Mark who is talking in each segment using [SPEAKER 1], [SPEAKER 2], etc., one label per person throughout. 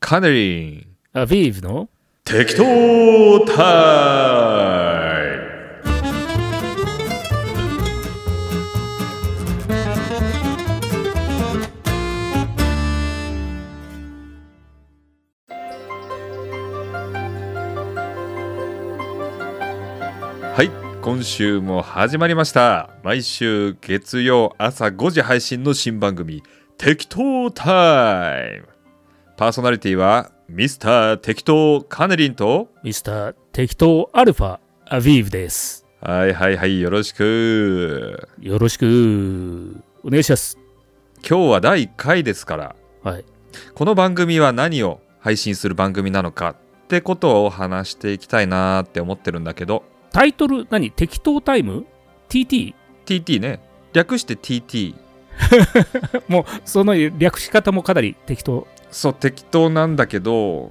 [SPEAKER 1] カネリン
[SPEAKER 2] アビーブの
[SPEAKER 1] 適当タイムはい今週も始まりました毎週月曜朝5時配信の新番組「適当タイム」パーソナリティはミスター適当カネリンと
[SPEAKER 2] ミスター適当アルファアビーブです。
[SPEAKER 1] はいはいはいよろしく
[SPEAKER 2] よろしくお願いします。
[SPEAKER 1] 今日は第1回ですから
[SPEAKER 2] はい。
[SPEAKER 1] この番組は何を配信する番組なのかってことを話していきたいなーって思ってるんだけど
[SPEAKER 2] タイトル何適当タイム ?TT?
[SPEAKER 1] TT ね略して TT
[SPEAKER 2] もうその略し方もかなり適当。
[SPEAKER 1] そう適当なんだけど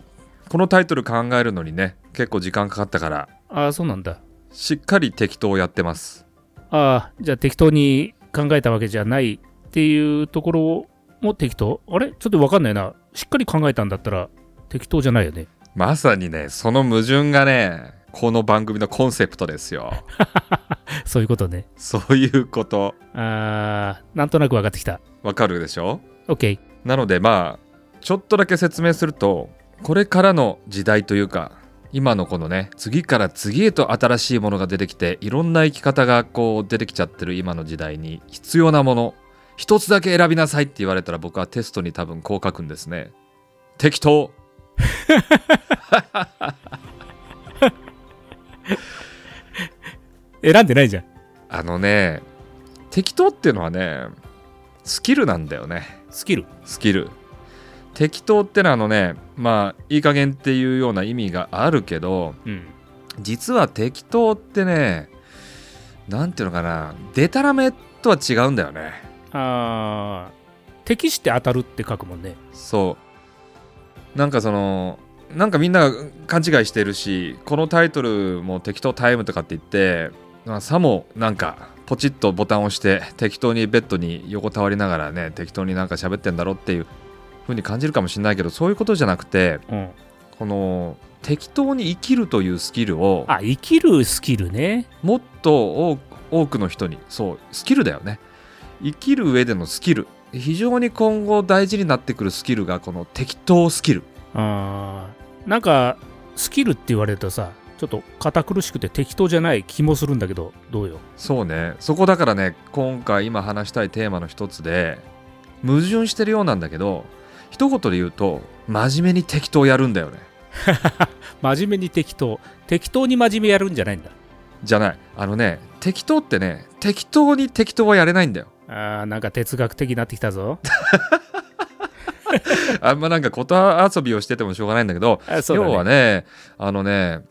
[SPEAKER 1] このタイトル考えるのにね結構時間かかったから
[SPEAKER 2] ああ、そうなんだ。
[SPEAKER 1] しっかり適当やってます
[SPEAKER 2] ああ、じゃあ適当に考えたわけじゃないっていうところも適当。あれちょっとわかんないな。しっかり考えたんだったら適当じゃないよね。
[SPEAKER 1] まさにねその矛盾がねこの番組のコンセプトですよ
[SPEAKER 2] そういうことね。
[SPEAKER 1] そういうこと
[SPEAKER 2] ああ、なんとなくわかってきた。
[SPEAKER 1] わかるでしょ
[SPEAKER 2] OK。
[SPEAKER 1] なのでまあちょっとだけ説明するとこれからの時代というか今のこのね次から次へと新しいものが出てきていろんな生き方がこう出てきちゃってる今の時代に必要なもの一つだけ選びなさいって言われたら僕はテストに多分こう書くんですね適当
[SPEAKER 2] 選んでないじゃん。
[SPEAKER 1] あのね適当っていうのはねスキルなんだよね
[SPEAKER 2] スキル。
[SPEAKER 1] スキル適当ってのはあのねまあいい加減っていうような意味があるけど
[SPEAKER 2] うん。
[SPEAKER 1] 実は適当ってねなんていうのかなでたらめとは違うんだよね
[SPEAKER 2] あー適して当たるって書くもんね。
[SPEAKER 1] そうなんかそのなんかみんなが勘違いしてるしこのタイトルも適当タイムとかって言って、まあ、さもなんかポチッとボタンを押して適当にベッドに横たわりながらね適当になんか喋ってんだろっていう風に感じるかもしれないけどそういうことじゃなくて
[SPEAKER 2] うん、
[SPEAKER 1] この適当に生きるというスキルを
[SPEAKER 2] あ生きるスキルね。
[SPEAKER 1] もっと多多くの人にそうスキルだよね生きる上でのスキル非常に今後大事になってくるスキルがこの適当スキル
[SPEAKER 2] あーなんかスキルって言われるとさちょっと堅苦しくて適当じゃない気もするんだけどどうよ。
[SPEAKER 1] そうねそこだからね今回今話したいテーマの一つで矛盾してるようなんだけど一言で言うと真面目に適当やるんだよね
[SPEAKER 2] 真面目に適当適当に真面目やるんじゃないんだ。
[SPEAKER 1] じゃないあのね適当ってね適当に適当はやれないんだよ
[SPEAKER 2] あーなんか哲学的になってきたぞ。
[SPEAKER 1] あんまなんかこと遊びをしててもしょうがないんだけど
[SPEAKER 2] あ そうだ
[SPEAKER 1] 要
[SPEAKER 2] ね
[SPEAKER 1] はねあのね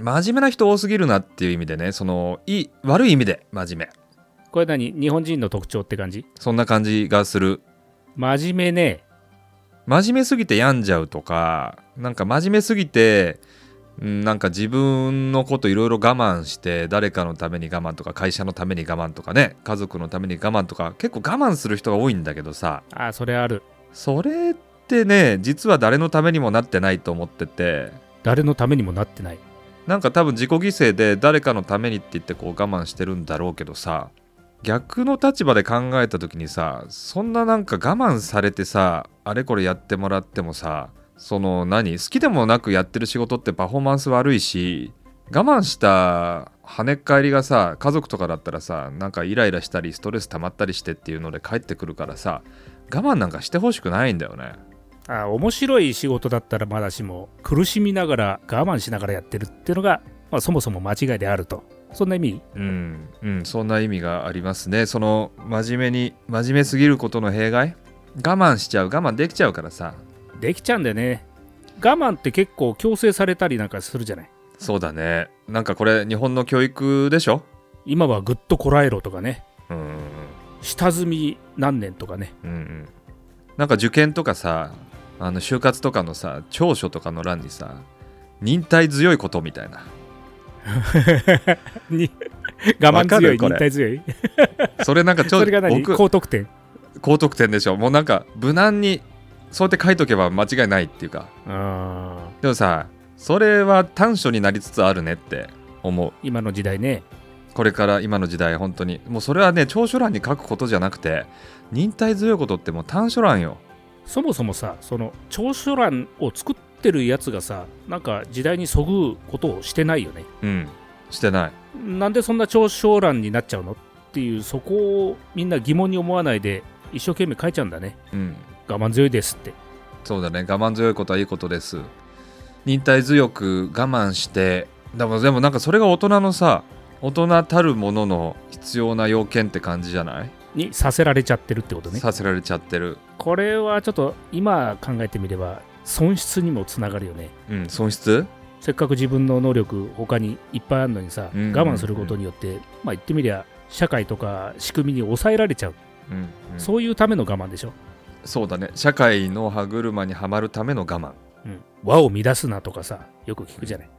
[SPEAKER 1] 真面目な人多すぎるなっていう意味でねそのいい悪い意味で真面目
[SPEAKER 2] これ何日本人の特徴って感じ
[SPEAKER 1] そんな感じがする
[SPEAKER 2] 真面目ね。
[SPEAKER 1] 真面目すぎて病んじゃうとかなんか真面目すぎてうんなんか自分のこといろいろ我慢して誰かのために我慢とか会社のために我慢とかね家族のために我慢とか結構我慢する人が多いんだけどさ
[SPEAKER 2] あーそれある。
[SPEAKER 1] それってね実は誰のためにもなってないと思ってて
[SPEAKER 2] 誰のためにもなってない。
[SPEAKER 1] なんか多分自己犠牲で誰かのためにって言ってこう我慢してるんだろうけどさ逆の立場で考えた時にさそんななんか我慢されてさあれこれやってもらってもさその何好きでもなくやってる仕事ってパフォーマンス悪いし我慢した跳ねっ返りがさ家族とかだったらさなんかイライラしたりストレス溜まったりしてっていうので帰ってくるからさ我慢なんかしてほしくないんだよね
[SPEAKER 2] あ面白い仕事だったらまだしも苦しみながら我慢しながらやってるっていうのが、まあ、そもそも間違いであるとそんな意味
[SPEAKER 1] うん、うん、そんな意味がありますね。その真面目に真面目すぎることの弊害我慢しちゃう我慢できちゃうからさ
[SPEAKER 2] できちゃうんだよね我慢って結構強制されたりなんかするじゃない
[SPEAKER 1] そうだねなんかこれ日本の教育でしょ
[SPEAKER 2] 今はぐっとこらえろとかね
[SPEAKER 1] うんうん
[SPEAKER 2] 下積み何年とか ね
[SPEAKER 1] うんうんなんか受験とかさあの就活とかのさ長所とかの欄にさ忍耐強いことみたいな
[SPEAKER 2] に我慢
[SPEAKER 1] わか
[SPEAKER 2] 強い
[SPEAKER 1] るこ
[SPEAKER 2] 忍
[SPEAKER 1] れ
[SPEAKER 2] 耐強い
[SPEAKER 1] それなんかちょ
[SPEAKER 2] そ
[SPEAKER 1] っ
[SPEAKER 2] れが
[SPEAKER 1] と
[SPEAKER 2] 何
[SPEAKER 1] 僕
[SPEAKER 2] 高得点
[SPEAKER 1] 高得点でしょもうなんか無難にそうやって書いとけば間違いないっていうか
[SPEAKER 2] あー
[SPEAKER 1] でもさそれは短所になりつつあるねって思う
[SPEAKER 2] 今の時代ね。
[SPEAKER 1] これから今の時代本当にもうそれはね長所欄に書くことじゃなくて忍耐強いことってもう短所欄よ
[SPEAKER 2] そもそもさ、その長所欄を作ってるやつがさ、なんか時代にそぐうことをしてないよね。
[SPEAKER 1] うんしてない
[SPEAKER 2] なんでそんな長所欄になっちゃうのっていう、そこをみんな疑問に思わないで、一生懸命書いちゃうんだね。
[SPEAKER 1] うん
[SPEAKER 2] 我慢強いですって。
[SPEAKER 1] そうだね我慢強いことはいいことです忍耐強く我慢してでもでもなんかそれが大人のさ大人たるものの必要な要件って感じじゃない、
[SPEAKER 2] にさせられちゃってるってことね。
[SPEAKER 1] させられちゃってる
[SPEAKER 2] これはちょっと今考えてみれば、損失にもつながるよね。
[SPEAKER 1] うん損失
[SPEAKER 2] せっかく自分の能力他にいっぱいあるのにさ、
[SPEAKER 1] うんうんうん
[SPEAKER 2] 我慢することによって、まあ、言ってみりゃ社会とか仕組みに抑えられちゃう、
[SPEAKER 1] うん、うん
[SPEAKER 2] そういうための我慢でしょ、
[SPEAKER 1] そうだね社会の歯車にはまるための我慢
[SPEAKER 2] うん、和を乱すなとかさよく聞くじゃない、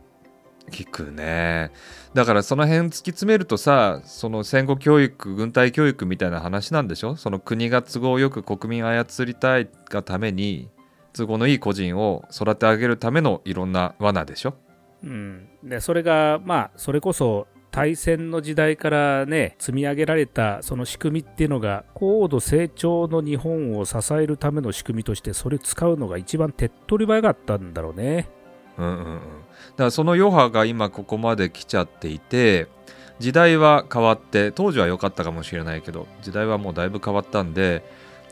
[SPEAKER 1] 聞くねだからその辺突き詰めるとさその戦後教育軍隊教育みたいな話なんでしょその国が都合よく国民を操りたいがために都合のいい個人を育て上げるためのいろんな罠でしょ
[SPEAKER 2] うん、でそれがまあそれこそ大戦の時代からね積み上げられたその仕組みっていうのが高度成長の日本を支えるための仕組みとしてそれ使うのが一番手っ取り早かったんだろうね
[SPEAKER 1] うんうんうん、だからその余波が今ここまで来ちゃっていて時代は変わって当時は良かったかもしれないけど時代はもうだいぶ変わったんで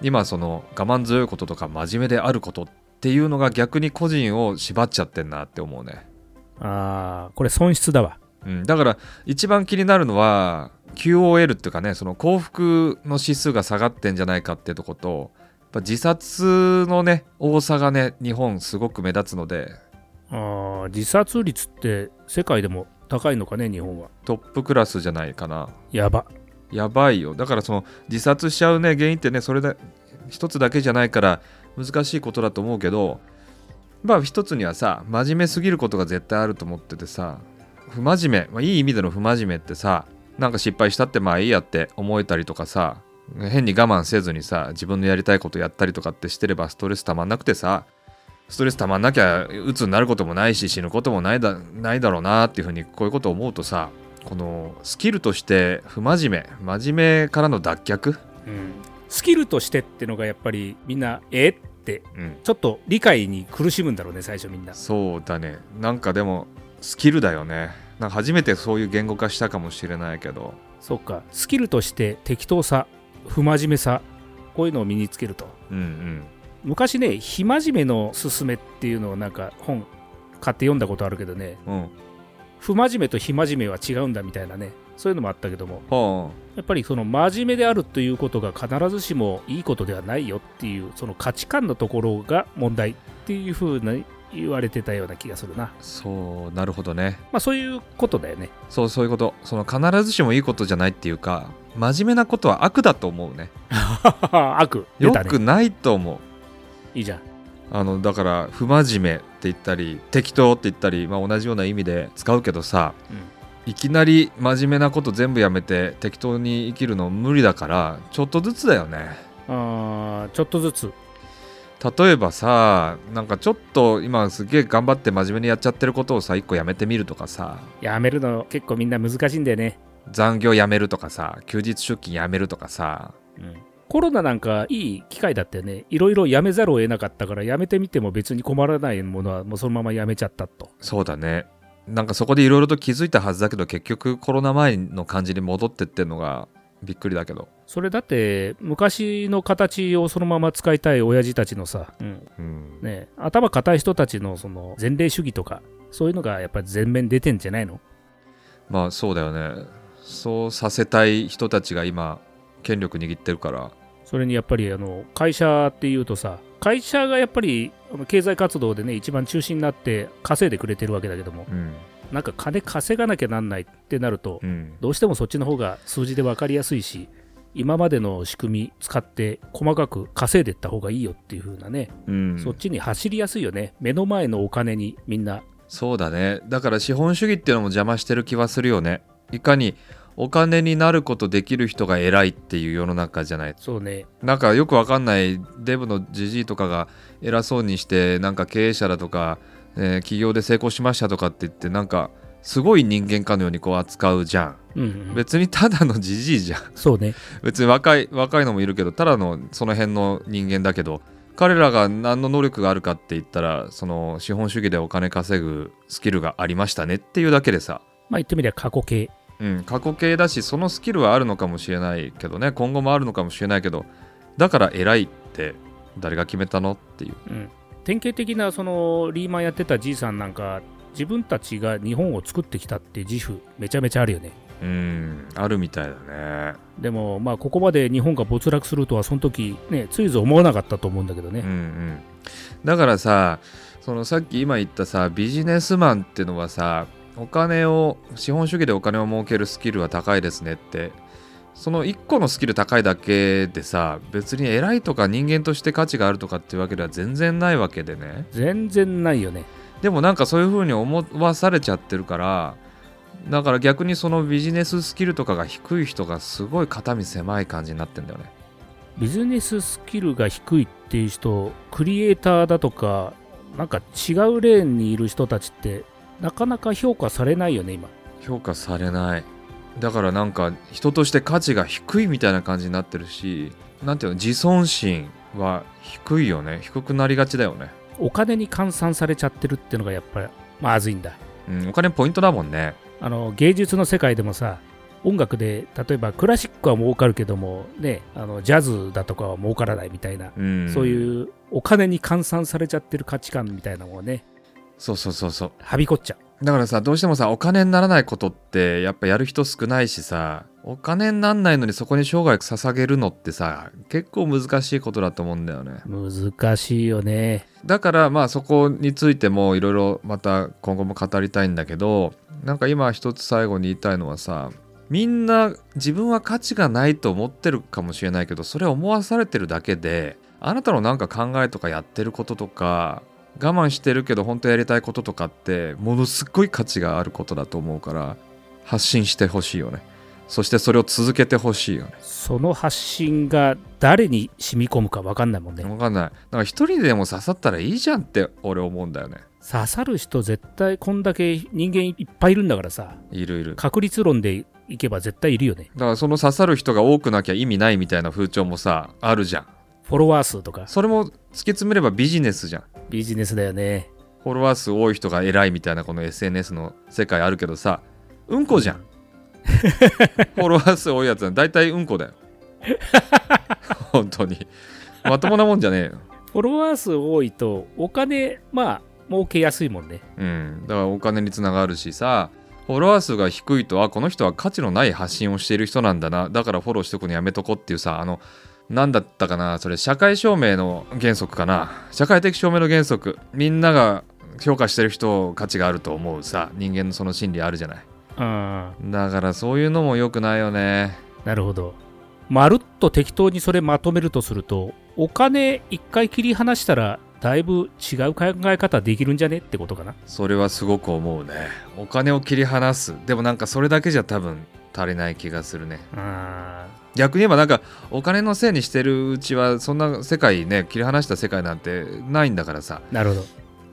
[SPEAKER 1] 今その我慢強いこととか真面目であることっていうのが逆に個人を縛っちゃってんなって思うね、
[SPEAKER 2] ああこれ損失だわ
[SPEAKER 1] うん、だから一番気になるのは QOL っていうかねその幸福の指数が下がってんじゃないかってとことやっぱ自殺のね多さがね日本すごく目立つので
[SPEAKER 2] あー自殺率って世界でも高いのかね日本は
[SPEAKER 1] トップクラスじゃないかな
[SPEAKER 2] やば
[SPEAKER 1] やばいよだからその自殺しちゃうね原因ってねそれだ一つだけじゃないから難しいことだと思うけどまあ一つにはさ真面目すぎることが絶対あると思っててさ不真面目、まあ、いい意味での不真面目ってさなんか失敗したってまあいいやって思えたりとかさ変に我慢せずにさ自分のやりたいことやったりとかってしてればストレスたまんなくてさストレスたまんなきゃ鬱になることもないし死ぬこともないだないだろうなっていうふうにこういうことを思うとさこのスキルとして不真面目真面目からの脱却、
[SPEAKER 2] うんスキルとしてってのがやっぱりみんなえって
[SPEAKER 1] うん、
[SPEAKER 2] ちょっと理解に苦しむんだろうね最初みんな
[SPEAKER 1] そうだねなんかでもスキルだよねなんか初めてそういう言語化したかもしれないけど
[SPEAKER 2] そうかスキルとして適当さ不真面目さこういうのを身につけると
[SPEAKER 1] うんうん
[SPEAKER 2] 昔ね非真面目のすすめっていうのをなんか本買って読んだことあるけどね
[SPEAKER 1] うん
[SPEAKER 2] 不真面目と非真面目は違うんだみたいなねそういうのもあったけども
[SPEAKER 1] は
[SPEAKER 2] やっぱりその真面目であるということが必ずしもいいことではないよっていうその価値観のところが問題っていうふうに言われてたような気がするな
[SPEAKER 1] あそうなるほどね
[SPEAKER 2] まあそういうことだよね
[SPEAKER 1] そうそういうことその必ずしもいいことじゃないっていうか真面目なことは悪だと思うね
[SPEAKER 2] 悪出
[SPEAKER 1] よ
[SPEAKER 2] たね
[SPEAKER 1] くないと思う
[SPEAKER 2] いいじゃん
[SPEAKER 1] あのだから不真面目って言ったり適当って言ったり、まあ、同じような意味で使うけどさ、いきなり真面目なこと全部やめて適当に生きるの無理だからちょっとずつだよね
[SPEAKER 2] あーちょっとずつ
[SPEAKER 1] 例えばさなんかちょっと今すげえ頑張って真面目にやっちゃってることをさ一個やめてみるとかさ
[SPEAKER 2] やめるの結構みんな難しいんだよね、
[SPEAKER 1] 残業やめるとかさ休日出勤やめるとかさ
[SPEAKER 2] コロナなんかいい機会だったよねいろいろやめざるを得なかったからやめてみても別に困らないものはもうそのままやめちゃったと
[SPEAKER 1] そうだねなんかそこでいろいろと気づいたはずだけど結局コロナ前の感じに戻ってってんのがびっくりだけど、
[SPEAKER 2] それだって昔の形をそのまま使いたい親父たちのさ、
[SPEAKER 1] うん、
[SPEAKER 2] ね、頭固い人たちのその前例主義とかそういうのがやっぱり全面に出てんじゃないの
[SPEAKER 1] まあそうだよねそうさせたい人たちが今権力握ってるから
[SPEAKER 2] それにやっぱりあの会社っていうとさ会社がやっぱりあの経済活動でね一番中心になって稼いでくれてるわけだけども
[SPEAKER 1] うん
[SPEAKER 2] なんか金稼がなきゃなんないってなると
[SPEAKER 1] うん
[SPEAKER 2] どうしてもそっちの方が数字で分かりやすいし今までの仕組み使って細かく稼いでいった方がいいよっていう風なね、
[SPEAKER 1] うん
[SPEAKER 2] そっちに走りやすいよね目の前のお金にみんな
[SPEAKER 1] そうだねだから資本主義っていうのも邪魔してる気はするよねいかにお金になることできる人が偉いっていう世の中じゃない
[SPEAKER 2] そうね
[SPEAKER 1] なんかよくわかんないデブのじじいとかが偉そうにしてなんか経営者だとか、えー起業で成功しましたとかって言ってなんかすごい人間かのようにこう扱うじゃ
[SPEAKER 2] うん
[SPEAKER 1] ん
[SPEAKER 2] うん
[SPEAKER 1] 別にただのじじいじゃん
[SPEAKER 2] そうね
[SPEAKER 1] 別に若い若いのもいるけどただのその辺の人間だけど彼らが何の能力があるかって言ったらその資本主義でお金稼ぐスキルがありましたねっていうだけでさ
[SPEAKER 2] まあ言ってみりゃ過去形
[SPEAKER 1] うん、過去形だしそのスキルはあるのかもしれないけどね今後もあるのかもしれないけどだから偉いって誰が決めたのっていう
[SPEAKER 2] うん典型的なそのリーマンやってたじいさんなんか自分たちが日本を作ってきたっていう自負めちゃめちゃあるよね
[SPEAKER 1] うんあるみたいだね
[SPEAKER 2] でもまあここまで日本が没落するとはその時ねついぞ思わなかったと思うんだけど
[SPEAKER 1] うんう
[SPEAKER 2] ね、
[SPEAKER 1] んだからさそのさっき今言ったさビジネスマンってのはさお金を資本主義でお金を儲けるスキルは高いですねってその1個のスキル高いだけでさ別に偉いとか人間として価値があるとかっていうわけでは全然ないわけでね
[SPEAKER 2] 全然ないよね
[SPEAKER 1] でもなんかそういう風に思わされちゃってるからだから逆にそのビジネススキルとかが低い人がすごい肩身狭い感じになってんだよね
[SPEAKER 2] ビジネススキルが低いっていう人クリエイターだとかなんか違うレーンにいる人たちってなかなか評価されないよね今
[SPEAKER 1] 評価されないだからなんか人として価値が低いみたいな感じになってるしなんていうの自尊心は低いよね低くなりがちだよね、
[SPEAKER 2] お金に換算されちゃってるってのがやっぱりまずいんだ
[SPEAKER 1] うん、お金ポイントだもんね
[SPEAKER 2] あの芸術の世界でもさ音楽で例えばクラシックは儲かるけどもねあのジャズだとかは儲からないみたいな、
[SPEAKER 1] うん
[SPEAKER 2] そう
[SPEAKER 1] う
[SPEAKER 2] いうお金に換算されちゃってる価値観みたいなもんをね
[SPEAKER 1] そうそうそうそう
[SPEAKER 2] はびこっちゃう
[SPEAKER 1] だからさどうしてもさお金にならないことってやっぱやる人少ないしさお金になんないのにそこに生涯捧げるのってさ結構難しいことだと思うんだよね
[SPEAKER 2] 難しいよね
[SPEAKER 1] だからまあそこについてもいろいろまた今後も語りたいんだけどなんか今一つ最後に言いたいのはさみんな自分は価値がないと思ってるかもしれないけどそれは思わされてるだけであなたのなんか考えとかやってることとか我慢してるけど本当やりたいこととかってものすっごい価値があることだと思うから発信してほしいよねそしてそれを続けてほしいよね
[SPEAKER 2] その発信が誰に染み込むか分かんないもんね
[SPEAKER 1] 分かんないなんか一人でも刺さったらいいじゃんって俺思うんだよね
[SPEAKER 2] 刺さる人絶対こんだけ人間いっぱいいるんだからさ
[SPEAKER 1] いるいる
[SPEAKER 2] 確率論でいけば絶対いるよね
[SPEAKER 1] だからその刺さる人が多くなきゃ意味ないみたいな風潮もさあるじゃん
[SPEAKER 2] フォロワー数とか
[SPEAKER 1] それも突き詰めればビジネスじゃん
[SPEAKER 2] ビジネスだよね
[SPEAKER 1] フォロワー数多い人が偉いみたいなこの SNS の世界あるけどさうんこじゃんフォロワー数多いやつは大体うんこだよ本当にまともなもんじゃねえよ
[SPEAKER 2] フォロワー数多いとお金まあ儲けやすいもんね
[SPEAKER 1] うん、だからお金につながるしさフォロワー数が低いとあこの人は価値のない発信をしている人なんだなだからフォローしておくのやめとこっていうさあの何だったかなそれ社会証明の原則かな社会的証明の原則みんなが評価してる人を価値があると思うさ人間のその心理あるじゃない
[SPEAKER 2] うん
[SPEAKER 1] だからそういうのも良くないよね
[SPEAKER 2] なるほどまるっと適当にそれまとめるとするとお金一回切り離したらだいぶ違う考え方できるんじゃねってことかな
[SPEAKER 1] それはすごく思うねお金を切り離すでもなんかそれだけじゃ多分足りない気がするね
[SPEAKER 2] うん
[SPEAKER 1] 逆に言えばなんかお金のせいにしてるうちはそんな世界ね切り離した世界なんてないんだからさ
[SPEAKER 2] なるほど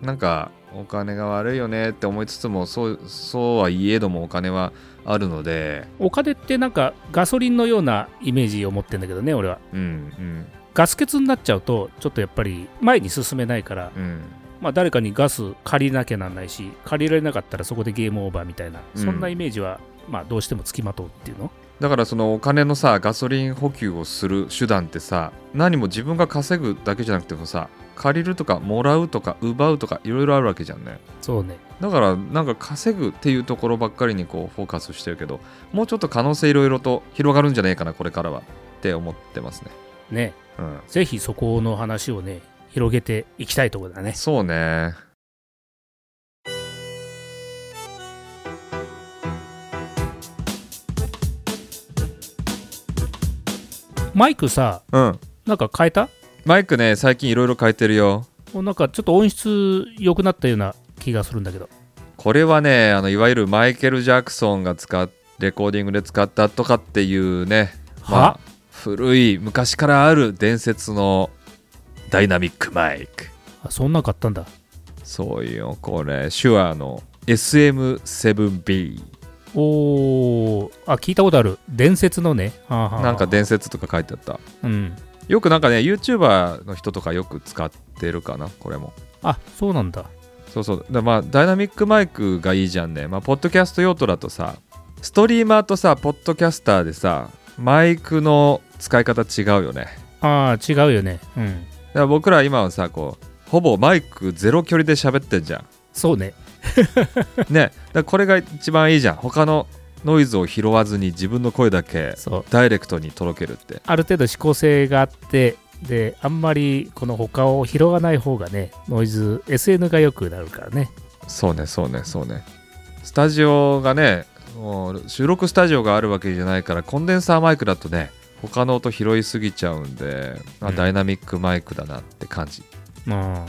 [SPEAKER 1] なんかお金が悪いよねって思いつつもそうそうはいえどもお金はあるので
[SPEAKER 2] お金ってなんかガソリンのようなイメージを持ってんだけどね俺は
[SPEAKER 1] うん
[SPEAKER 2] ガス欠になっちゃうとちょっとやっぱり前に進めないから、
[SPEAKER 1] うんうん
[SPEAKER 2] まあ、誰かにガス借りなきゃなんないし借りられなかったらそこでゲームオーバーみたいな、
[SPEAKER 1] うん
[SPEAKER 2] そんなイメージは、まあ、どうしてもつきまとうっていうの
[SPEAKER 1] だからそのお金のさガソリン補給をする手段ってさ何も自分が稼ぐだけじゃなくてもさ借りるとかもらうとか奪うとかいろいろあるわけじゃんね
[SPEAKER 2] そうね
[SPEAKER 1] だからなんか稼ぐっていうところばっかりにこうフォーカスしてるけどもうちょっと可能性いろいろと広がるんじゃないかなこれからはって思ってますね
[SPEAKER 2] ね
[SPEAKER 1] うん
[SPEAKER 2] ぜひそこの話をね広げていきたいところだね
[SPEAKER 1] そうね
[SPEAKER 2] マイクさ
[SPEAKER 1] うん
[SPEAKER 2] なんか変えた
[SPEAKER 1] マイクね最近いろいろ変えてるよ
[SPEAKER 2] もうなんかちょっと音質良くなったような気がするんだけど
[SPEAKER 1] これはねあのいわゆるマイケル・ジャクソンが使っレコーディングで使ったとかっていうね、
[SPEAKER 2] は
[SPEAKER 1] まあ、古い昔からある伝説のダイナミックマイク
[SPEAKER 2] あそんなん買ったんだ
[SPEAKER 1] そうよこれ手話の SM7B
[SPEAKER 2] おーあ聞いたことある伝説のね、はあはあ
[SPEAKER 1] なんか伝説とか書いてあった
[SPEAKER 2] うん
[SPEAKER 1] よくなんかね YouTuber の人とかよく使ってるかなこれも
[SPEAKER 2] あそうなんだ
[SPEAKER 1] そうそうだまあダイナミックマイクがいいじゃんねまあポッドキャスト用途だとさストリーマーとさポッドキャスターでさマイクの使い方違うよね
[SPEAKER 2] ああ違うよねうん
[SPEAKER 1] だから僕ら今はさこうほぼマイクゼロ距離で喋ってんじゃん
[SPEAKER 2] そうね
[SPEAKER 1] ねだからこれが一番いいじゃん他のノイズを拾わずに自分の声だけ
[SPEAKER 2] そう
[SPEAKER 1] ダイレクトに届けるって
[SPEAKER 2] ある程度指向性があってであんまりこの他を拾わない方がねノイズ SN が良くなるからね
[SPEAKER 1] そうねそうねそうねスタジオがねもう収録スタジオがあるわけじゃないからコンデンサーマイクだとね他の音拾いすぎちゃうんで、まあ
[SPEAKER 2] うん
[SPEAKER 1] ダイナミックマイクだなって感じ
[SPEAKER 2] うん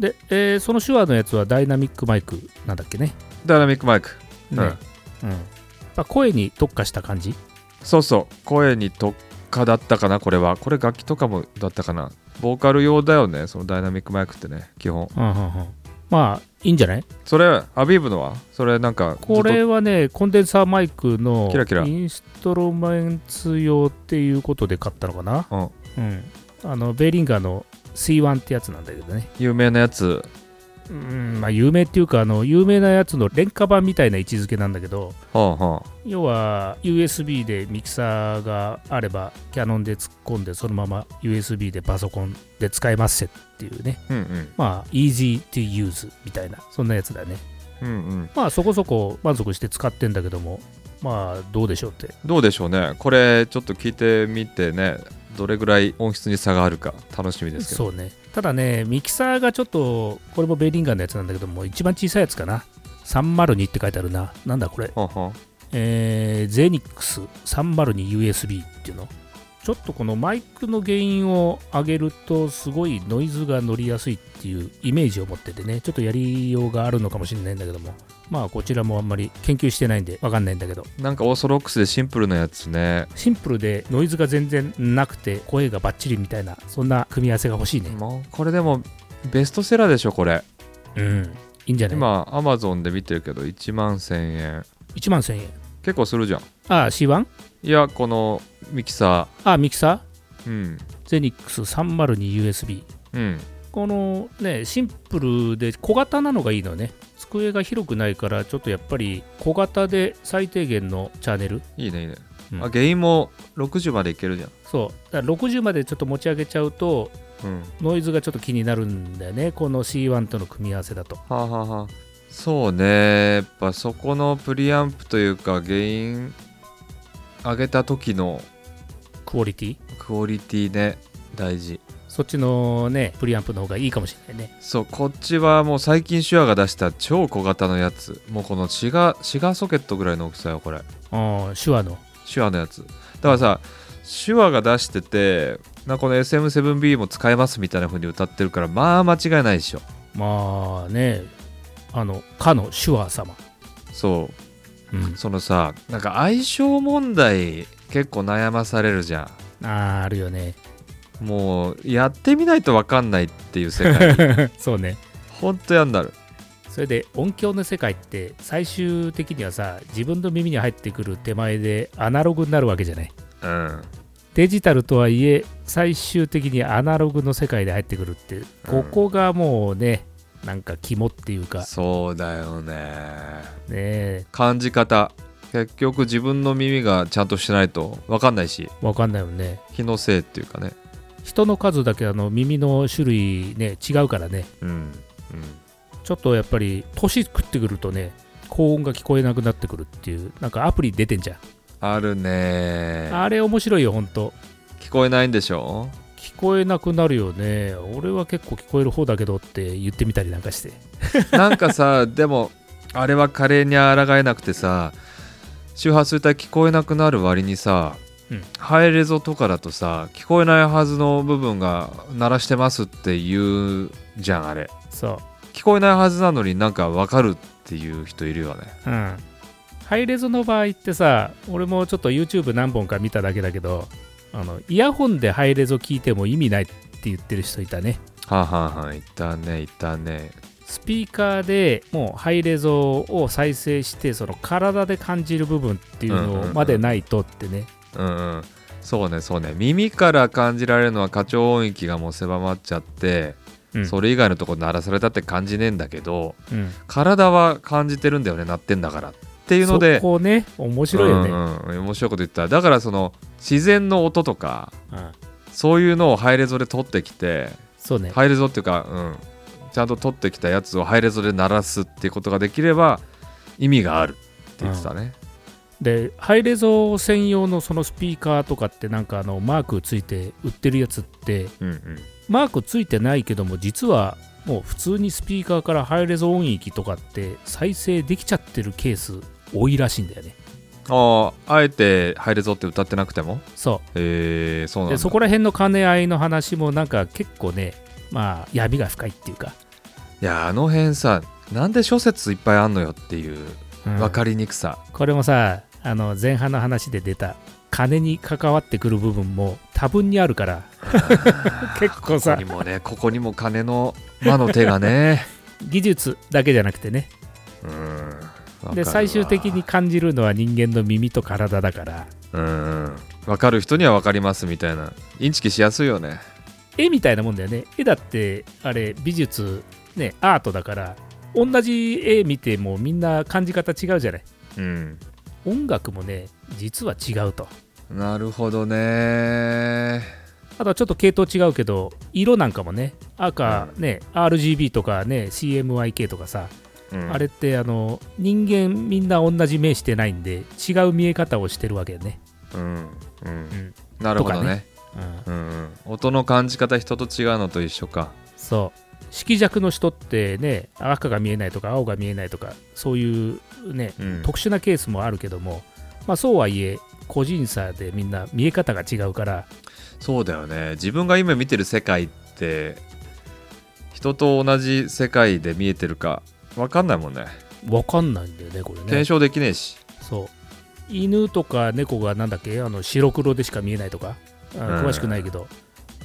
[SPEAKER 2] で、えーその手話のやつはダイナミックマイクなんだっけね
[SPEAKER 1] ダイナミックマイク、うん
[SPEAKER 2] ね、うんやっぱ声に特化した感じ
[SPEAKER 1] そうそう声に特化だったかなこれはこれ楽器とかもだったかなボーカル用だよねそのダイナミックマイクってね基本
[SPEAKER 2] うんうんうんまあいいんじゃない
[SPEAKER 1] それアビーブのはそれなんかずっと
[SPEAKER 2] これはねコンデンサーマイクの
[SPEAKER 1] キラキラ
[SPEAKER 2] インストロメンツ用っていうことで買ったのかな
[SPEAKER 1] うん
[SPEAKER 2] うんあのベーリンガーの C1 ってやつなんだけどね
[SPEAKER 1] 有名なやつ
[SPEAKER 2] うんまあ、有名っていうかあの有名なやつの廉価版みたいな位置づけなんだけど
[SPEAKER 1] はあは
[SPEAKER 2] 要は USB でミキサーがあればキャノンで突っ込んでそのまま USB でパソコンで使えますせっていうね
[SPEAKER 1] あうんうん
[SPEAKER 2] まあ easy to use みたいなそんなやつだね
[SPEAKER 1] うんうん
[SPEAKER 2] まあそこそこ満足して使ってんだけどもまあどうでしょうって
[SPEAKER 1] どうでしょうねこれちょっと聞いてみてねどれぐらい音質に差があるか楽しみですけど
[SPEAKER 2] そうねただねミキサーがちょっとこれもベーリンガーのやつなんだけども一番小さいやつかな302って書いてあるななんだこれ
[SPEAKER 1] はあは
[SPEAKER 2] えー、ゼニックス 302USB っていうのちょっとこのマイクの原因を上げるとすごいノイズが乗りやすいっていうイメージを持っててねちょっとやりようがあるのかもしれないんだけどもまあこちらもあんまり研究してないんでわかんないんだけど
[SPEAKER 1] あなんかオーソドックスでシンプルなやつね
[SPEAKER 2] シンプルでノイズが全然なくて声がバッチリみたいなそんな組み合わせが欲しいね
[SPEAKER 1] もうこれでもベストセラーでしょこれ
[SPEAKER 2] うんいいんじゃない
[SPEAKER 1] 今アマゾンで見てるけど1万1000円
[SPEAKER 2] 1万1000円
[SPEAKER 1] 結構するじゃん
[SPEAKER 2] ああ C1?
[SPEAKER 1] いやこのミキサ
[SPEAKER 2] ああミキサ
[SPEAKER 1] ーうん
[SPEAKER 2] ーゼニックス 302USB
[SPEAKER 1] うん
[SPEAKER 2] このねシンプルで小型なのがいいのよね机が広くないからちょっとやっぱり小型で最低限のチャンネル
[SPEAKER 1] いいねいいね、
[SPEAKER 2] うん
[SPEAKER 1] あ原因も60までいけるじゃん
[SPEAKER 2] そうだから60までちょっと持ち上げちゃうと
[SPEAKER 1] うんは
[SPEAKER 2] ノイズがちょっと気になるんだよねこの C1 との組み合わせだと
[SPEAKER 1] あ、はあはあ、そうねやっぱそこのプリアンプというか原因上げた時の
[SPEAKER 2] クオリティ
[SPEAKER 1] クオリティね大事
[SPEAKER 2] そっちのねプリアンプの方がいいかもしれないね
[SPEAKER 1] そうこっちはもう最近手話が出した超小型のやつもうこのシガシガーソケットぐらいの大きさよこれ
[SPEAKER 2] あ手話の
[SPEAKER 1] 手話のやつだからさ手話が出しててなんかこの SM7B も使えますみたいな風に歌ってるからまあ間違いないでしょ
[SPEAKER 2] まあねあのかの手話様、
[SPEAKER 1] そう
[SPEAKER 2] うん、
[SPEAKER 1] そのさなんか相性問題結構悩まされるじゃ
[SPEAKER 2] あーあるよね
[SPEAKER 1] んもうやってみないと分かんないっていう世界
[SPEAKER 2] そうね
[SPEAKER 1] ほんと嫌になる
[SPEAKER 2] それで音響の世界って最終的にはさ自分の耳に入ってくる手前でアナログになるわけじゃない
[SPEAKER 1] うん
[SPEAKER 2] デジタルとはいえ最終的にアナログの世界で入ってくるってここがもうねなんか肝っていうか
[SPEAKER 1] そうだよね
[SPEAKER 2] ね
[SPEAKER 1] 感じ方結局自分の耳がちゃんとしてないと分かんないし
[SPEAKER 2] わかんないよね
[SPEAKER 1] 気のせいっていうかね
[SPEAKER 2] 人の数だけあの耳の種類ね違うからね
[SPEAKER 1] うんうん
[SPEAKER 2] ちょっとやっぱり年食ってくるとね高音が聞こえなくなってくるっていうなんかアプリ出てんじゃん
[SPEAKER 1] あるね
[SPEAKER 2] あれ面白いよほんと
[SPEAKER 1] 聞こえないんでしょ
[SPEAKER 2] 聞こえなくなるよね俺は結構聞こえる方だけどって言ってみたりなんかして
[SPEAKER 1] なんか さでもあれは華麗に抗えなくてさ周波数帯聞こえなくなる割にさ、
[SPEAKER 2] うん
[SPEAKER 1] ハイレゾとかだとさ聞こえないはずの部分が鳴らしてますって言うじゃんあれ
[SPEAKER 2] そう
[SPEAKER 1] 聞こえないはずなのになんか分かるっていう人いるよね
[SPEAKER 2] うんハイレゾの場合ってさ俺もちょっと YouTube 何本か見ただけだけどあのイヤホンでハイレゾ聞いても意味ないって言ってる人いたね
[SPEAKER 1] はあ、はあはあ、いたねいたね
[SPEAKER 2] スピーカーでもうハイレゾを再生してその体で感じる部分っていう
[SPEAKER 1] うんうんう
[SPEAKER 2] の
[SPEAKER 1] ん
[SPEAKER 2] までないとってね
[SPEAKER 1] うんうんそうねそうね耳から感じられるのは過聴音域がもう狭まっちゃって、
[SPEAKER 2] うん
[SPEAKER 1] それ以外のとこ鳴らされたって感じねえんだけど
[SPEAKER 2] うん
[SPEAKER 1] 体は感じてるんだよね鳴ってんだからっていうので
[SPEAKER 2] そこね面白いよね、
[SPEAKER 1] うんうん面白いこと言っただからその自然の音とか
[SPEAKER 2] うん
[SPEAKER 1] そういうのをハイレゾで撮ってきて
[SPEAKER 2] そうね、
[SPEAKER 1] ハイレゾっていうか、うん、ちゃんと撮ってきたやつをハイレゾで鳴らすっていうことができれば意味があるって言ってたね、
[SPEAKER 2] でハイレゾ専用のそのスピーカーとかってなんかあのマークついて売ってるやつって
[SPEAKER 1] うん、うん
[SPEAKER 2] マークついてないけども実はもう普通にスピーカーからハイレゾ音域とかって再生できちゃってるケース多いらしいんだよね
[SPEAKER 1] あああえてハイレゾって歌ってなくても
[SPEAKER 2] そ
[SPEAKER 1] へえそう
[SPEAKER 2] う
[SPEAKER 1] なん
[SPEAKER 2] で
[SPEAKER 1] だ
[SPEAKER 2] そこら辺の兼ね合いの話もなんか結構ねまあ闇が深いっていうか、
[SPEAKER 1] いやあの辺さなんで諸説いっぱいあんのよっていう
[SPEAKER 2] うん
[SPEAKER 1] 分かりにくさ、
[SPEAKER 2] これもさあの前半の話で出た金に関わってくる部分も多分にあるから 結構
[SPEAKER 1] ここ
[SPEAKER 2] さ
[SPEAKER 1] にもねここにも金の魔の手がね
[SPEAKER 2] 技術だけじゃなくてね
[SPEAKER 1] うんわかるわ
[SPEAKER 2] で最終的に感じるのは人間の耳と体だから
[SPEAKER 1] うん分かる人には分かりますみたいなインチキしやすいよね
[SPEAKER 2] 絵みたいなもんだよね絵だってあれ美術ねアートだから同じ絵見てもみんな感じ方違うじゃない
[SPEAKER 1] うん
[SPEAKER 2] 音楽もね実は違うと
[SPEAKER 1] なるほどね
[SPEAKER 2] あとはちょっと系統違うけど色なんかもね赤
[SPEAKER 1] う
[SPEAKER 2] ね、RGB とかね CMYK とかさ、
[SPEAKER 1] うん
[SPEAKER 2] あれってあの人間みんな同じ目してないんで違う見え方をしてるわけよね、
[SPEAKER 1] うんうん
[SPEAKER 2] うん
[SPEAKER 1] なるほど
[SPEAKER 2] とか
[SPEAKER 1] ね
[SPEAKER 2] うん、
[SPEAKER 1] うんうん、音の感じ方人と違うのと一緒か
[SPEAKER 2] そう色弱の人ってね赤が見えないとか青が見えないとかそういうね
[SPEAKER 1] うん
[SPEAKER 2] 特殊なケースもあるけども、まあ、そうはいえ個人差でみんな見え方が違うから
[SPEAKER 1] そうだよね自分が今見てる世界って人と同じ世界で見えてるか分かんないもんね
[SPEAKER 2] 分かんないんだよねこれね
[SPEAKER 1] 検証できねえし、
[SPEAKER 2] そう犬とか猫がなんだっけあの白黒でしか見えないとかあ
[SPEAKER 1] うん
[SPEAKER 2] 詳しくないけど、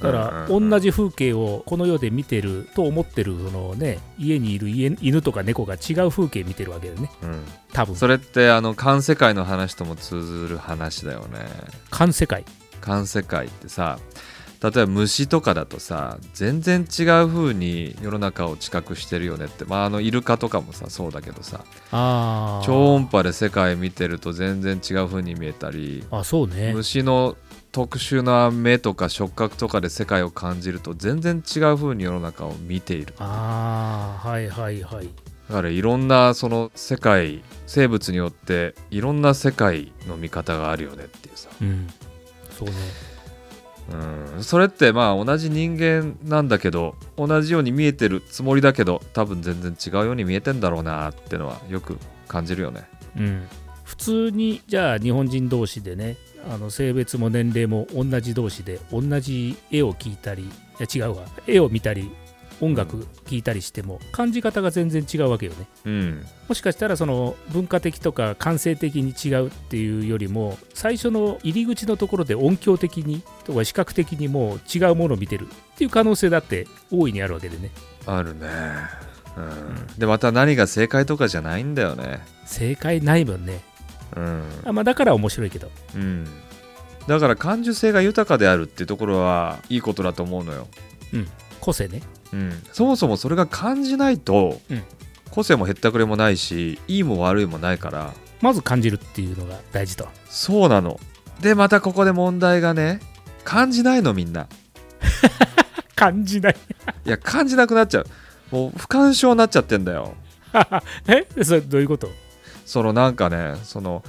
[SPEAKER 2] だから
[SPEAKER 1] うんうんうん
[SPEAKER 2] 同じ風景をこの世で見てると思ってるそのね家にいる家犬とか猫が違う風景見てるわけだよね
[SPEAKER 1] うん、
[SPEAKER 2] 多分
[SPEAKER 1] それってあの観世界の話とも通ずる話だよね
[SPEAKER 2] 観世界
[SPEAKER 1] 観世界ってさ例えば虫とかだとさ全然違う風に世の中を知覚してるよねってまああのイルカとかもさそうだけどさ
[SPEAKER 2] ああ
[SPEAKER 1] 超音波で世界見てると全然違う風に見えたり
[SPEAKER 2] あそうね
[SPEAKER 1] 虫の特殊な目とか触覚とかで世界を感じると全然違う風に世の中を見ている
[SPEAKER 2] ああはいはいはい
[SPEAKER 1] だからいろんなその世界生物によっていろんな世界の見方があるよねっていうさ、
[SPEAKER 2] うんそうね
[SPEAKER 1] うん、それってまあ同じ人間なんだけど同じように見えてるつもりだけど多分全然違うように見えてんだろうなってのはよく感じるよね
[SPEAKER 2] うん普通にじゃあ日本人同士でねあの性別も年齢も同じ同士で同じ絵を聞いたりいや違うわ絵を見たり音楽聞いたりしても感じ方が全然違うわけよね
[SPEAKER 1] うん
[SPEAKER 2] もしかしたらその文化的とか感性的に違うっていうよりも最初の入り口のところで音響的にとか視覚的にもう違うものを見てるっていう可能性だって大いにあるわけでね
[SPEAKER 1] あるねうん、でまた何が正解とかじゃないんだよね
[SPEAKER 2] 正解ないもんね
[SPEAKER 1] うん
[SPEAKER 2] あ、まあ、だから面白いけど
[SPEAKER 1] うん、だから感受性が豊かであるってところはいいことだと思うのよ、
[SPEAKER 2] 個性ね
[SPEAKER 1] うん、そもそもそれが感じないと、
[SPEAKER 2] うん
[SPEAKER 1] 個性もへったくれもないしいいも悪いもないから
[SPEAKER 2] まず感じるっていうのが大事と
[SPEAKER 1] そうなのでまたここで問題がね感じないのみんな
[SPEAKER 2] 感じない。
[SPEAKER 1] いや感じなくなっちゃうもう不感症になっちゃってんだよ
[SPEAKER 2] え それどういうこと
[SPEAKER 1] そのなんかねその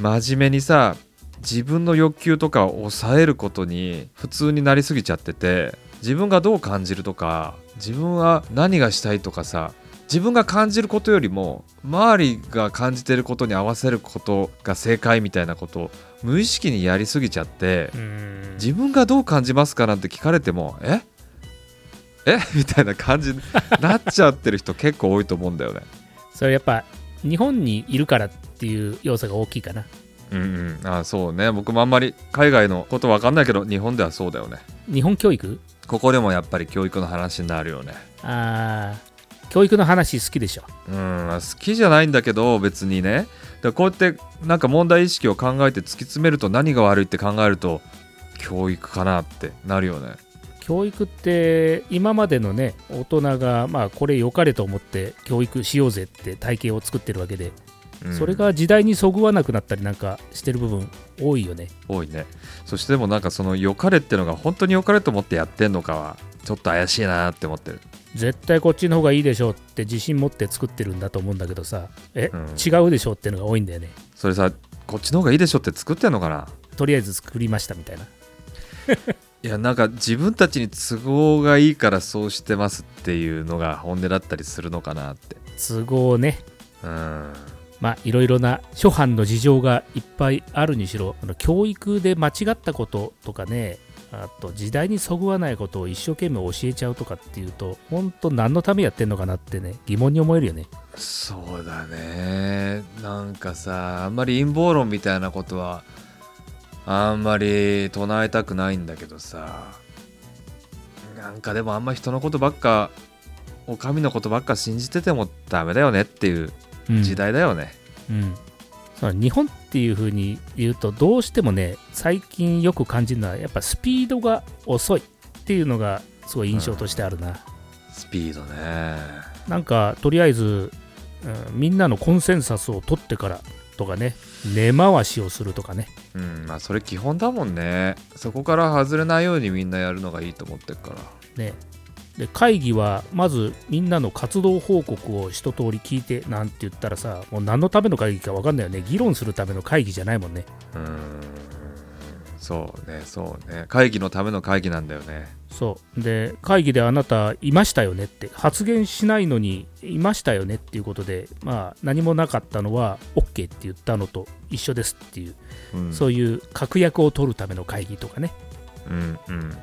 [SPEAKER 1] 真面目にさ自分の欲求とかを抑えることに普通になりすぎちゃってて自分がどう感じるとか自分は何がしたいとかさ自分が感じることよりも周りが感じてることに合わせることが正解みたいなことを無意識にやりすぎちゃって
[SPEAKER 2] ん
[SPEAKER 1] 自分がどう感じますかなんて聞かれてもええみたいな感じになっちゃってる人結構多いと思うんだよね。
[SPEAKER 2] それやっぱ日本にいるからっていう要素が大きいかな
[SPEAKER 1] うんうん、あそうね僕もあんまり海外のこと分かんないけど日本ではそうだよね
[SPEAKER 2] 日本教育
[SPEAKER 1] ここでもやっぱり教育の話になるよね
[SPEAKER 2] あー教育の話好きでしょ
[SPEAKER 1] うん好きじゃないんだけど別にねだからこうやってなんか問題意識を考えて突き詰めると何が悪いって考えると教育かなってなるよね
[SPEAKER 2] 教育って今までのね大人がまあこれ良かれと思って教育しようぜって体系を作ってるわけで、
[SPEAKER 1] うん
[SPEAKER 2] それが時代にそぐわなくなったりなんかしてる部分多いよね
[SPEAKER 1] 多いねそしてでもなんかその良かれってのが本当に良かれと思ってやってんのかはちょっと怪しいなって思ってる
[SPEAKER 2] 絶対こっちの方がいいでしょうって自信持って作ってるんだと思うんだけどさえ、
[SPEAKER 1] うん
[SPEAKER 2] 違うでしょうってのが多いんだよね
[SPEAKER 1] それさこっちの方がいいでしょって作ってんのかな
[SPEAKER 2] とりあえず作りましたみたいない
[SPEAKER 1] やなんか自分たちに都合がいいからそうしてますっていうのが本音だったりするのかなって
[SPEAKER 2] 都合ね
[SPEAKER 1] うん
[SPEAKER 2] まあいろいろな諸般の事情がいっぱいあるにしろあの教育で間違ったこととかねあと時代にそぐわないことを一生懸命教えちゃうとかっていうと本当何のためやってんのかなってね疑問に思えるよね
[SPEAKER 1] そうだねなんかさあんまり陰謀論みたいなことはあんまり唱えたくないんだけどさなんかでもあんま人のことばっかお上のことばっか信じててもダメだよねっていう
[SPEAKER 2] うん
[SPEAKER 1] 時代だよね、
[SPEAKER 2] うんそう日本っていう風に言うとどうしてもね最近よく感じるのはやっぱスピードが遅いっていうのがすごい印象としてあるな、
[SPEAKER 1] スピードね
[SPEAKER 2] なんかとりあえず、うんみんなのコンセンサスを取ってからとかね根回しをするとかね
[SPEAKER 1] うんまあそれ基本だもんねそこから外れないようにみんなやるのがいいと思ってるから
[SPEAKER 2] ねで会議はまずみんなの活動報告を一通り聞いてなんて言ったらさもう何のための会議か分かんないよね議論するための会議じゃないもんね
[SPEAKER 1] うーんそうねそうね会議のための会議なんだよね
[SPEAKER 2] そうで会議であなたいましたよねって発言しないのにいましたよねっていうことでまあ何もなかったのは OK って言ったのと一緒ですっていう、
[SPEAKER 1] うん
[SPEAKER 2] そういう確約を取るための会議とかね
[SPEAKER 1] うんうん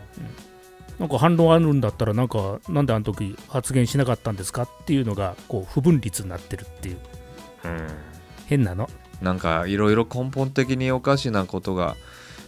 [SPEAKER 2] なんか反論あるんだったらなんかなんであの時発言しなかったんですかっていうのがこう不分率になってるっていう
[SPEAKER 1] うん
[SPEAKER 2] 変なの
[SPEAKER 1] なんかいろいろ根本的におかしなことが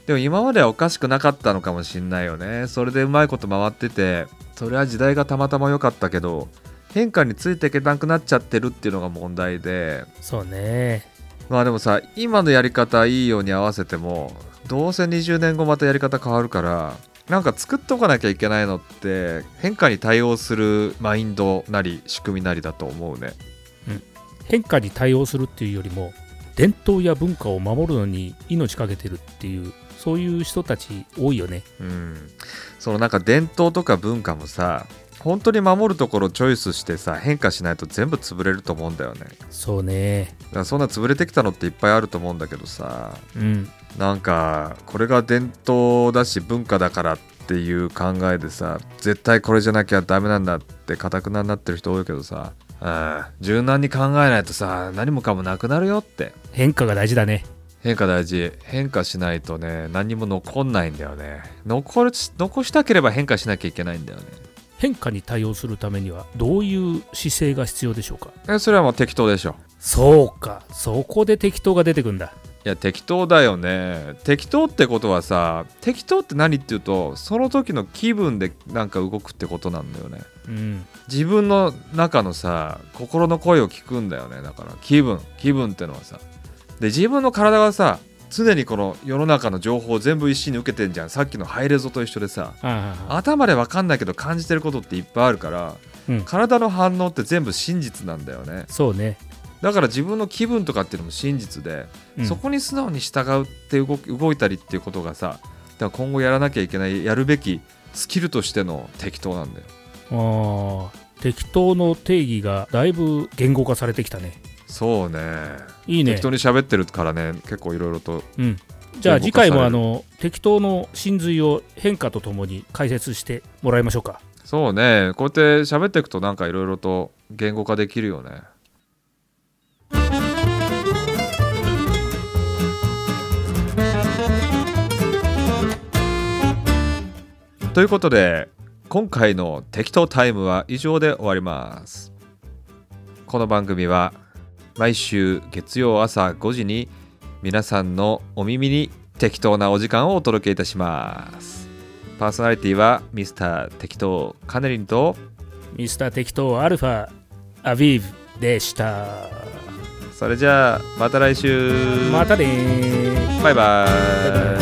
[SPEAKER 1] でも今まではおかしくなかったのかもしんないよねそれでうまいこと回っててそれは時代がたまたま良かったけど変化についていけなくなっちゃってるっていうのが問題で
[SPEAKER 2] そうね
[SPEAKER 1] まあでもさ今のやり方いいように合わせてもどうせ20年後またやり方変わるからなんか作っとかなきゃいけないのって変化に対応するマインドなり仕組みなりだと思うね
[SPEAKER 2] 変化に対応するっていうよりも伝統や文化を守るのに命かけてるっていうそういう人たち多いよね
[SPEAKER 1] うんそのなんか伝統とか文化もさ本当に守るところをチョイスしてさ変化しないと全部潰れると思うんだよねだか
[SPEAKER 2] そうね
[SPEAKER 1] らそんな潰れてきたのっていっぱいあると思うんだけどさ
[SPEAKER 2] うん
[SPEAKER 1] なんかこれが伝統だし文化だからっていう考えでさ絶対これじゃなきゃダメなんだってかたくなになってる人多いけどさ、うん、柔軟に考えないとさ何もかもなくなるよって
[SPEAKER 2] 変化が大事だね
[SPEAKER 1] 変化大事変化しないとね何も残んないんだよね残る残したければ変化しなきゃいけないんだよね
[SPEAKER 2] 変化に対応するためにはどういう姿勢が必要でしょうか
[SPEAKER 1] えそれはもう適当でしょ
[SPEAKER 2] そうかそこで適当が出てくんだ
[SPEAKER 1] いや適当だよね適当ってことはさ適当って何っていうとその時の気分でなんか動くってことなんだよね
[SPEAKER 2] うん
[SPEAKER 1] 自分の中のさ心の声を聞くんだよねだから気分気分ってのはさで自分の体がさ常にこの世の中の情報を全部一身に受けてんじゃんさっきのハイレゾと一緒でさ
[SPEAKER 2] ああ
[SPEAKER 1] 頭で分かんないけど感じてることっていっぱいあるから、
[SPEAKER 2] うん
[SPEAKER 1] 体の反応って全部真実なんだよね
[SPEAKER 2] そうね、
[SPEAKER 1] だから自分の気分とかっていうのも真実で、
[SPEAKER 2] うん
[SPEAKER 1] そこに素直に従うって動き動いたりっていうことがさだから今後やらなきゃいけないやるべきスキルとしての適当なんだよ
[SPEAKER 2] ああ適当の定義がだいぶ言語化されてきたね
[SPEAKER 1] そうね
[SPEAKER 2] いいね
[SPEAKER 1] 適当に喋ってるからね結構いろいろと
[SPEAKER 2] うん、じゃあ
[SPEAKER 1] 言
[SPEAKER 2] 次
[SPEAKER 1] 語化され
[SPEAKER 2] 回
[SPEAKER 1] る
[SPEAKER 2] もあの適当の真髄を変化とともに解説してもらいましょうか
[SPEAKER 1] そうねこうやって喋っていくとなんかいろいろと言語化できるよねということで今回の適当タイムは以上で終わりますこの番組は毎週月曜朝5時に皆さんのお耳に適当なお時間をお届けいたしますパーソナリティはミスター適当カネリンと
[SPEAKER 2] ミスター適当アルファアビーブでした
[SPEAKER 1] それじゃあまた来週
[SPEAKER 2] またねー
[SPEAKER 1] バイバ
[SPEAKER 2] バイバイ